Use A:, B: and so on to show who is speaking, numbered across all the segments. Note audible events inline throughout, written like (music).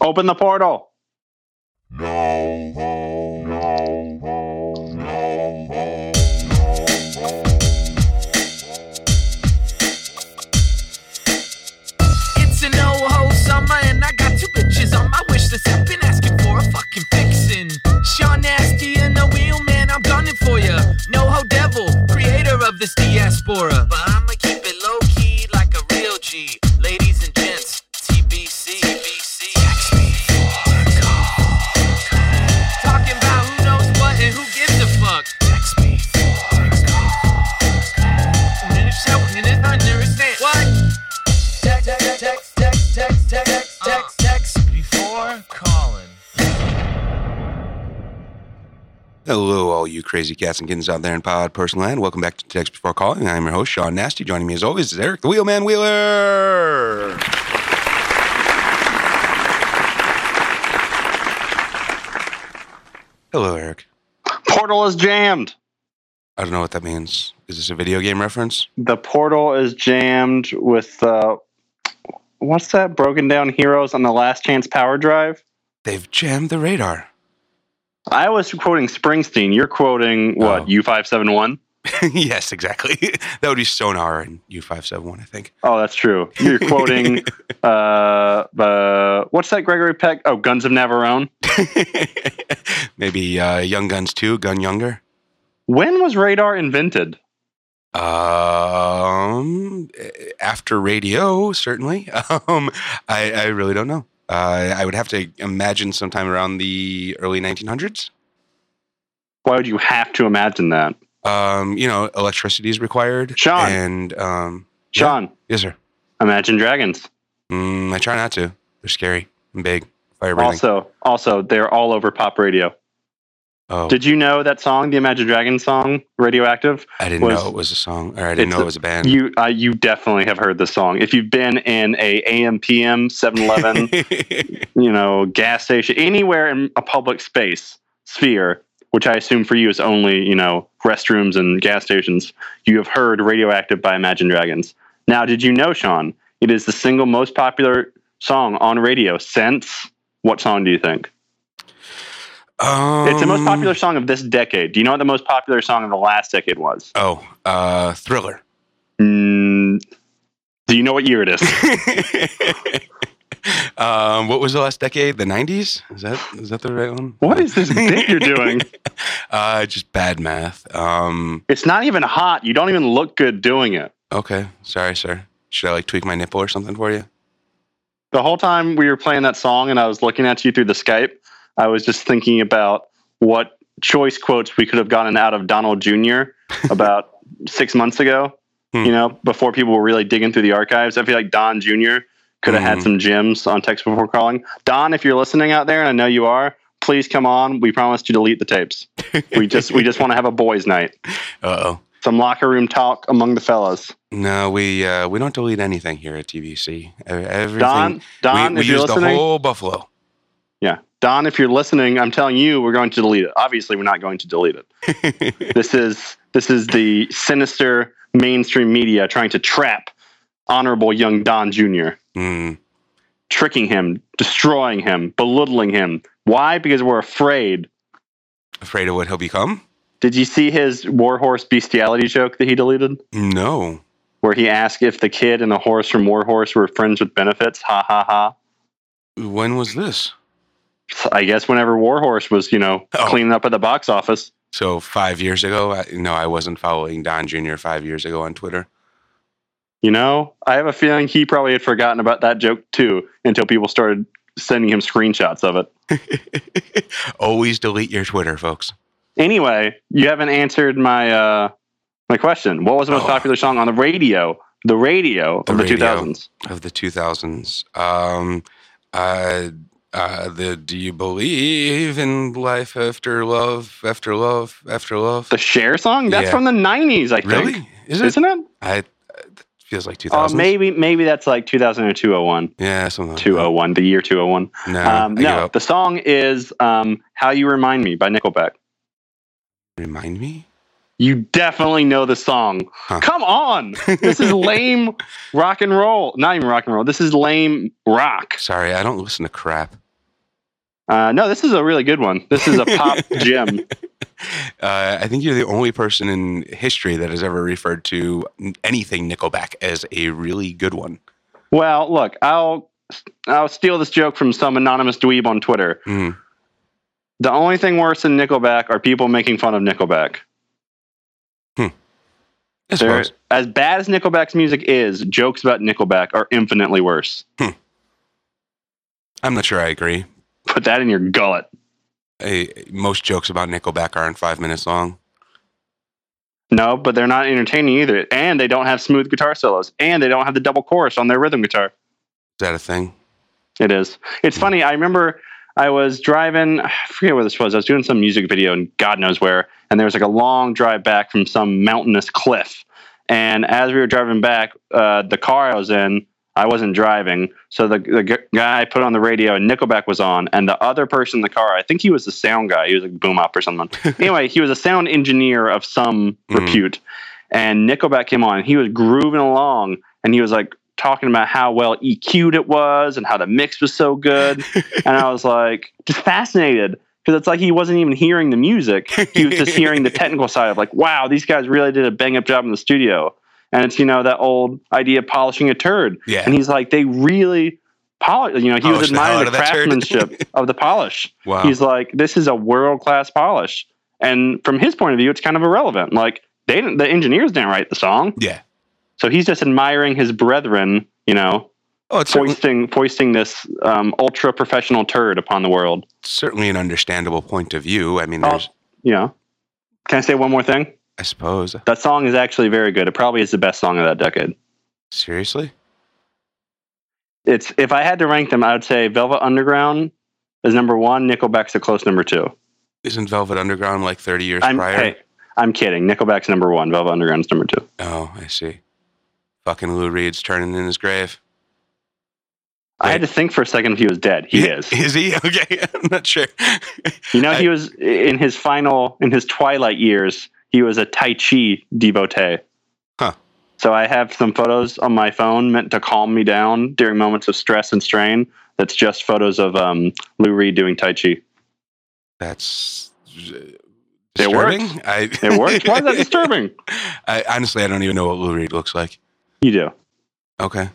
A: Open the portal.
B: No, no, no, no, no, no.
C: It's an old ho summer and I got two bitches on my wish list. I've been asking for a fucking fixin'. Sean Nasty and the wheel man, I'm gunning for ya. No ho devil, creator of this diaspora. But I'ma keep it low key like a real G. Ladies and gents, TBC. TBC. Text me for a Talking about who knows what and who gives a fuck. Text me for a What? text, text, text, text, text, text, text, text before calling.
D: Hello, all you crazy cats and kittens out there in pod person land. Welcome back to Text Before Calling. I'm your host, Sean Nasty. Joining me as always is Eric the Wheelman Wheeler. Hello, Eric.
A: Portal is jammed.
D: I don't know what that means. Is this a video game reference?
A: The portal is jammed with uh, what's that? Broken down heroes on the last chance power drive.
D: They've jammed the radar. (laughs)
A: I was quoting Springsteen. You're quoting
D: Oh.
A: what? U five seven one.
D: yes, exactly. (laughs) that would be Sonar and U571, I think. (laughs)
A: Oh, that's true. You're quoting (laughs) uh, uh, what's that? Gregory Peck. Oh, Guns of Navarone.
D: Maybe uh, Young Guns 2, Gun Younger.
A: When was radar invented?
D: Um, eh, after radio, certainly. (laughs) Um, I, I really don't know. Uh, I would have to imagine sometime around the early 1900s.
A: Why would you have to imagine that,
D: Um, you know, electricity is required.
A: Sean.
D: And um, yeah.
A: Sean?
D: yes, sir.
A: Imagine Dragons.
D: Mm, I try not to. They're scary and big. Fire breathing.
A: Also, also, they're all over pop radio.
D: oh,
A: Did you know that song, the Imagine Dragons song, Radioactive?
D: I didn't
A: was-
D: know it was a song, or I didn't
A: it's
D: know
A: a-
D: it was a band.
A: You uh, you definitely have heard this song. If you've been in a AM PM
D: (laughs)
A: 7-Eleven, you know, gas station, anywhere in a public space sphere, which I assume for you is only, you know, restrooms and gas stations, you have heard Radioactive by Imagine Dragons. Now, did you know, Sean, it is the single most popular song on radio since what song do you think?
D: um,
A: It's the most popular song of this decade. Do you know what the most popular song of the last decade was?
D: Oh, uh, Thriller.
A: Mm, do you know what year it is?
D: (laughs) um, what was the last decade? The nineties? Is that is that the right one?
A: what is this dick you're doing?
D: (laughs) Uh, just bad math. Um,
A: (laughs) It's not even hot. You don't even look good doing it.
D: okay, sorry, sir. Should I like tweak my nipple or something for you?
A: The whole time we were playing that song and I was looking at you through the Skype, I was just thinking about what choice quotes we could have gotten out of Donald Jr. (laughs) about six months ago,
D: Hmm.
A: you know, before people were really digging through the archives. I feel like Don Jr. could have had
D: Mhm.
A: some gems on text before calling. Don, if you're listening out there, and I know you are, please come on. We promise to delete the (laughs) tapes. We just we just want to have a boys' night.
D: Uh oh.
A: Some locker room talk among the fellas.
D: No, we uh, we don't delete anything here at TBC. E- Everything.
A: Don, Don,
D: we, we
A: if you're
D: use the
A: listening,
D: whole buffalo. (laughs)
A: yeah, Don, if you're listening, I'm telling you, we're going to delete it. Obviously, we're not going to delete
D: (laughs)
A: it. this is this is the sinister mainstream media trying to trap honorable young Don Jr.,
D: Mm,
A: tricking him, destroying him, belittling him. Why? Because we're afraid.
D: afraid of what he'll become?
A: Did you see his warhorse bestiality joke that he deleted,
D: No.
A: where he asked if the kid and the horse from Warhorse were friends with benefits? Ha ha ha.
D: When was this?
A: I guess whenever Warhorse was, you know,
D: Oh.
A: cleaning up at the box office.
D: So five years ago? I, no, I wasn't following Don Jr. five years ago on Twitter.
A: You know, I have a feeling he probably had forgotten about that joke too until people started sending him screenshots of it.
D: (laughs) Always delete your Twitter, folks.
A: Anyway, you haven't answered my uh my question. What was the most
D: Oh.
A: popular song on the radio? The radio
D: The
A: of the
D: radio.
A: two thousands.
D: of the 2000s. Um, uh, uh, the Do you believe in life after love, after love, after love?
A: The share song? That's
D: Yeah.
A: from the nineties, I think.
D: really? Is it?
A: Isn't it?
D: I, it feels like 2000s.
A: Uh, maybe maybe that's like 2000 or 201.
D: Yeah, something. like that.
A: 201, the year 201.
D: No,
A: Um,
D: Uh-huh. I give
A: no,
D: up.
A: the song is um, How You Remind Me by Nickelback.
D: Remind me?
A: You definitely know the song.
D: Huh.
A: Come on. This is lame rock and roll. Not even rock and roll. This is lame rock.
D: Sorry, I don't listen to crap.
A: Uh, no, this is a really good one. This is a pop gem.
D: Uh, I think you're the only person in history that has ever referred to n- anything Nickelback as a really good one.
A: Well, look, I'll I'll steal this joke from some anonymous dweeb on Twitter.
D: Mm.
A: The only thing worse than Nickelback are people making fun of Nickelback.
D: I
A: They're-
D: suppose.
A: as bad as Nickelback's music is, jokes about Nickelback are infinitely worse.
D: I'm not sure I agree.
A: Put that in your gullet.
D: I, most jokes about Nickelback aren't five minutes long.
A: No, but they're not entertaining either. And they don't have smooth guitar solos. And they don't have the double chorus on their rhythm guitar.
D: Is that a thing?
A: It is. It's funny. I remember I was driving, I forget where this was. I was doing some music video and God knows where. And there was like a long drive back from some mountainous cliff. And as we were driving back, uh, the car I was in, I wasn't driving. So the, the g- guy put on the radio and Nickelback was on. And the other person in the car, I think he was the sound guy. He was like boom up or something. anyway, he was a sound engineer of some
D: Mhm.
A: repute. And Nickelback came on. And he was grooving along and he was like talking about how well EQ'd it was and how the mix was so
D: (laughs)
A: good. and I was like, just fascinated because it's like he wasn't even hearing the music. He was just hearing
D: (laughs)
A: the technical side of like, wow, these guys really did a bang up job in the studio. And it's, you know, that old idea of polishing a turd.
D: Yeah.
A: And he's like, they really polish, you know, he
D: Polish
A: was
D: the hell
A: admiring
D: out
A: the
D: of that turd. (laughs)
A: craftsmanship of the polish.
D: Wow.
A: He's like, this is a world class polish. And from his point of view, it's kind of irrelevant. Like, they didn't, the engineers didn't write the song.
D: yeah.
A: So he's just admiring his brethren, you know,
D: Oh, it's certainly,
A: foisting foisting this um, ultra professional turd upon the world.
D: certainly an understandable point of view. I mean,
A: Oh.
D: there's,
A: You know. Can I say one more thing?
D: I suppose.
A: That song is actually very good. It probably is the best song of that decade.
D: Seriously?
A: It's if I had to rank them, I would say Velvet Underground is number one, Nickelback's a close number two.
D: Isn't Velvet Underground like 30 years
A: I'm
D: prior?
A: hey, I'm kidding. Nickelback's number one, Velvet Underground's number two.
D: Oh, I see. Fucking Lou Reed's turning in his grave.
A: I had to think for a second if he was dead. He is.
D: (laughs) Is he? Okay. I'm not sure. (laughs)
A: You know,
D: I-
A: he was in his final, in his twilight years, he was a Tai Chi devotee.
D: Huh.
A: So I have some photos on my phone meant to calm me down during moments of stress and strain. That's just photos of um, Lou Reed doing Tai Chi.
D: That's. It
A: worked.
D: I,
A: It works. Why is
D: (laughs)
A: that disturbing?
D: I, honestly, I don't even know what Lou Reed looks like.
A: You do.
D: Okay.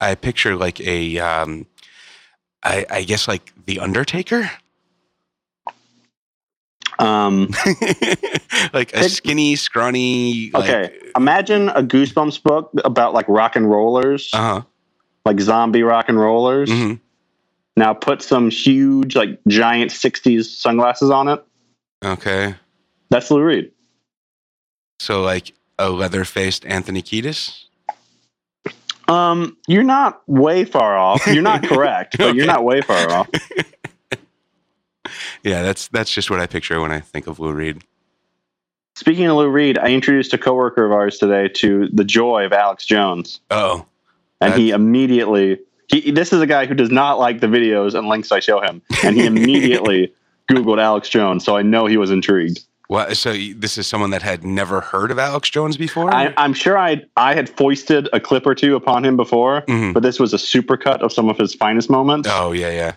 D: I picture like a, um, I, I guess like the Undertaker, (laughs)
A: Um,
D: like a
A: Pic-
D: skinny, scrawny. Like,
A: okay. Imagine a Goosebumps book about like rock and rollers,
D: Uh huh.
A: like zombie rock and rollers.
D: hmm
A: Now put some huge, like giant 60s sunglasses on it.
D: Okay.
A: That's Lou Reed.
D: So like a leather-faced Anthony Kiedis.
A: Um, you're not way far off. You're not correct, but you're not way far off.
D: Yeah, that's that's just what I picture when I think of Lou Reed.
A: Speaking of Lou Reed, I introduced a coworker of ours today to the joy of Alex Jones,
D: Oh,
A: and he immediately he this is a guy who does not like the videos and links I show him, and he immediately googled Alex Jones, so I know he was intrigued.
D: what? So y- this is someone that had never heard of Alex Jones before.
A: I, I'm sure I I had foisted a clip or two upon him before,
D: Mhm.
A: but this was a supercut of some of his finest moments.
D: Oh yeah, yeah.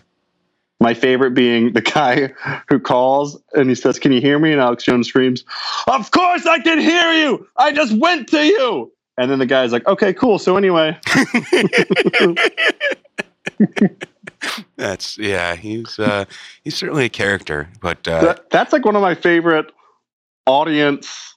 A: My favorite being the guy who calls and he says, Can you hear me? And Alex Jones screams, Of course I can hear you. I just went to you. And then the guy's like, Okay, cool. So anyway,
D: That's yeah. He's uh, he's certainly a character, but uh,
A: that, that's like one of my favorite audience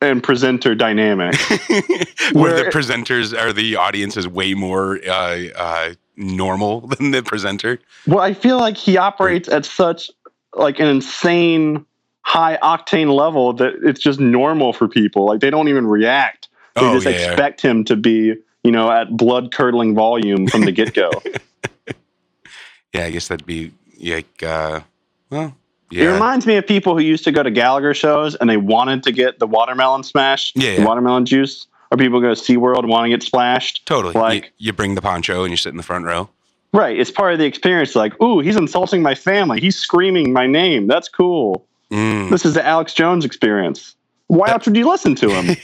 A: and presenter dynamics.
D: (laughs) where the
A: Where-
D: presenters or the audience is way more uh, uh, normal (laughs) than the presenter.
A: Well, I feel like he operates at such like an insane high octane level that it's just normal for people. Like they don't even react. They
D: oh
A: just
D: yeah,
A: expect him to be, you know, at blood curdling volume from the get
D: (laughs)
A: go.
D: yeah. I guess that'd be like uh, well,
A: It
D: yeah.
A: reminds me of people who used to go to Gallagher shows and they wanted to get the watermelon smash,
D: Yeah,
A: the
D: yeah.
A: watermelon juice, or people go to SeaWorld and want to get splashed.
D: Totally.
A: like-
D: you, you bring the poncho and you sit in the front row.
A: Right. It's part of the experience. Like, ooh, he's insulting my family. He's screaming my name. That's cool.
D: Mm. (laughs)
A: This is the Alex Jones experience. Why else would you listen to
D: (laughs)
A: him?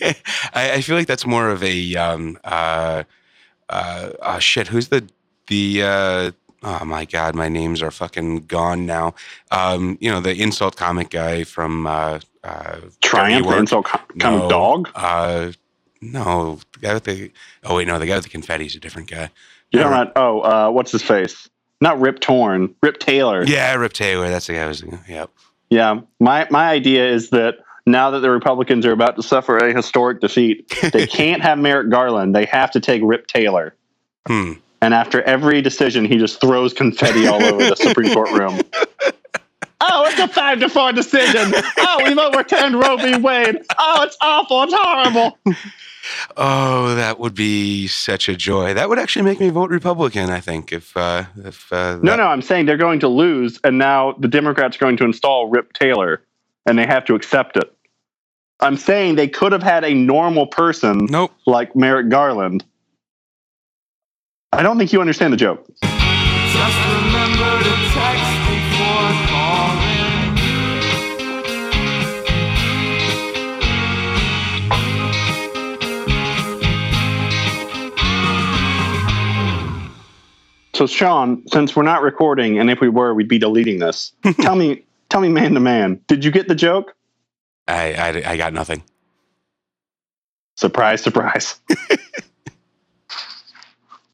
D: I, I feel like that's more of a um, uh, uh, uh, shit. Who's the the uh, oh my god, my names are fucking gone now. Um, you know the insult comic guy from uh, uh,
A: Triumph,
D: work?
A: insult, co- kind
D: No.
A: of dog.
D: uh, no, the guy with the oh wait, no, the guy with the confetti's a different guy.
A: You're
D: Yeah.
A: not. Oh, uh, what's his face? Not Rip Torn. Rip Taylor.
D: Yeah, Rip Taylor. That's the guy. who Was yep.
A: Yeah. My my idea is that now that the Republicans are about to suffer a historic defeat, (laughs) they can't have Merrick Garland. They have to take Rip Taylor.
D: Hmm.
A: And after every decision, he just throws confetti all over the Supreme Court room. (laughs) Oh, it's a five to four decision. Oh, we've overturned Roe v. Wade. Oh, it's awful. It's horrible.
D: Oh, that would be such a joy. That would actually make me vote Republican. I think if uh, if uh,
A: No,
D: that-
A: no, I'm saying they're going to lose, and now the Democrats are going to install Rip Taylor, and they have to accept it. I'm saying they could have had a normal person
D: nope.
A: like Merrick Garland. I don't think you understand the joke.
C: Just remember to text before calling.
A: So, Sean, since we're not recording, and if we were, we'd be deleting this. tell me, tell me, man to man, did you get the joke?
D: I, I I got nothing.
A: Surprise, surprise.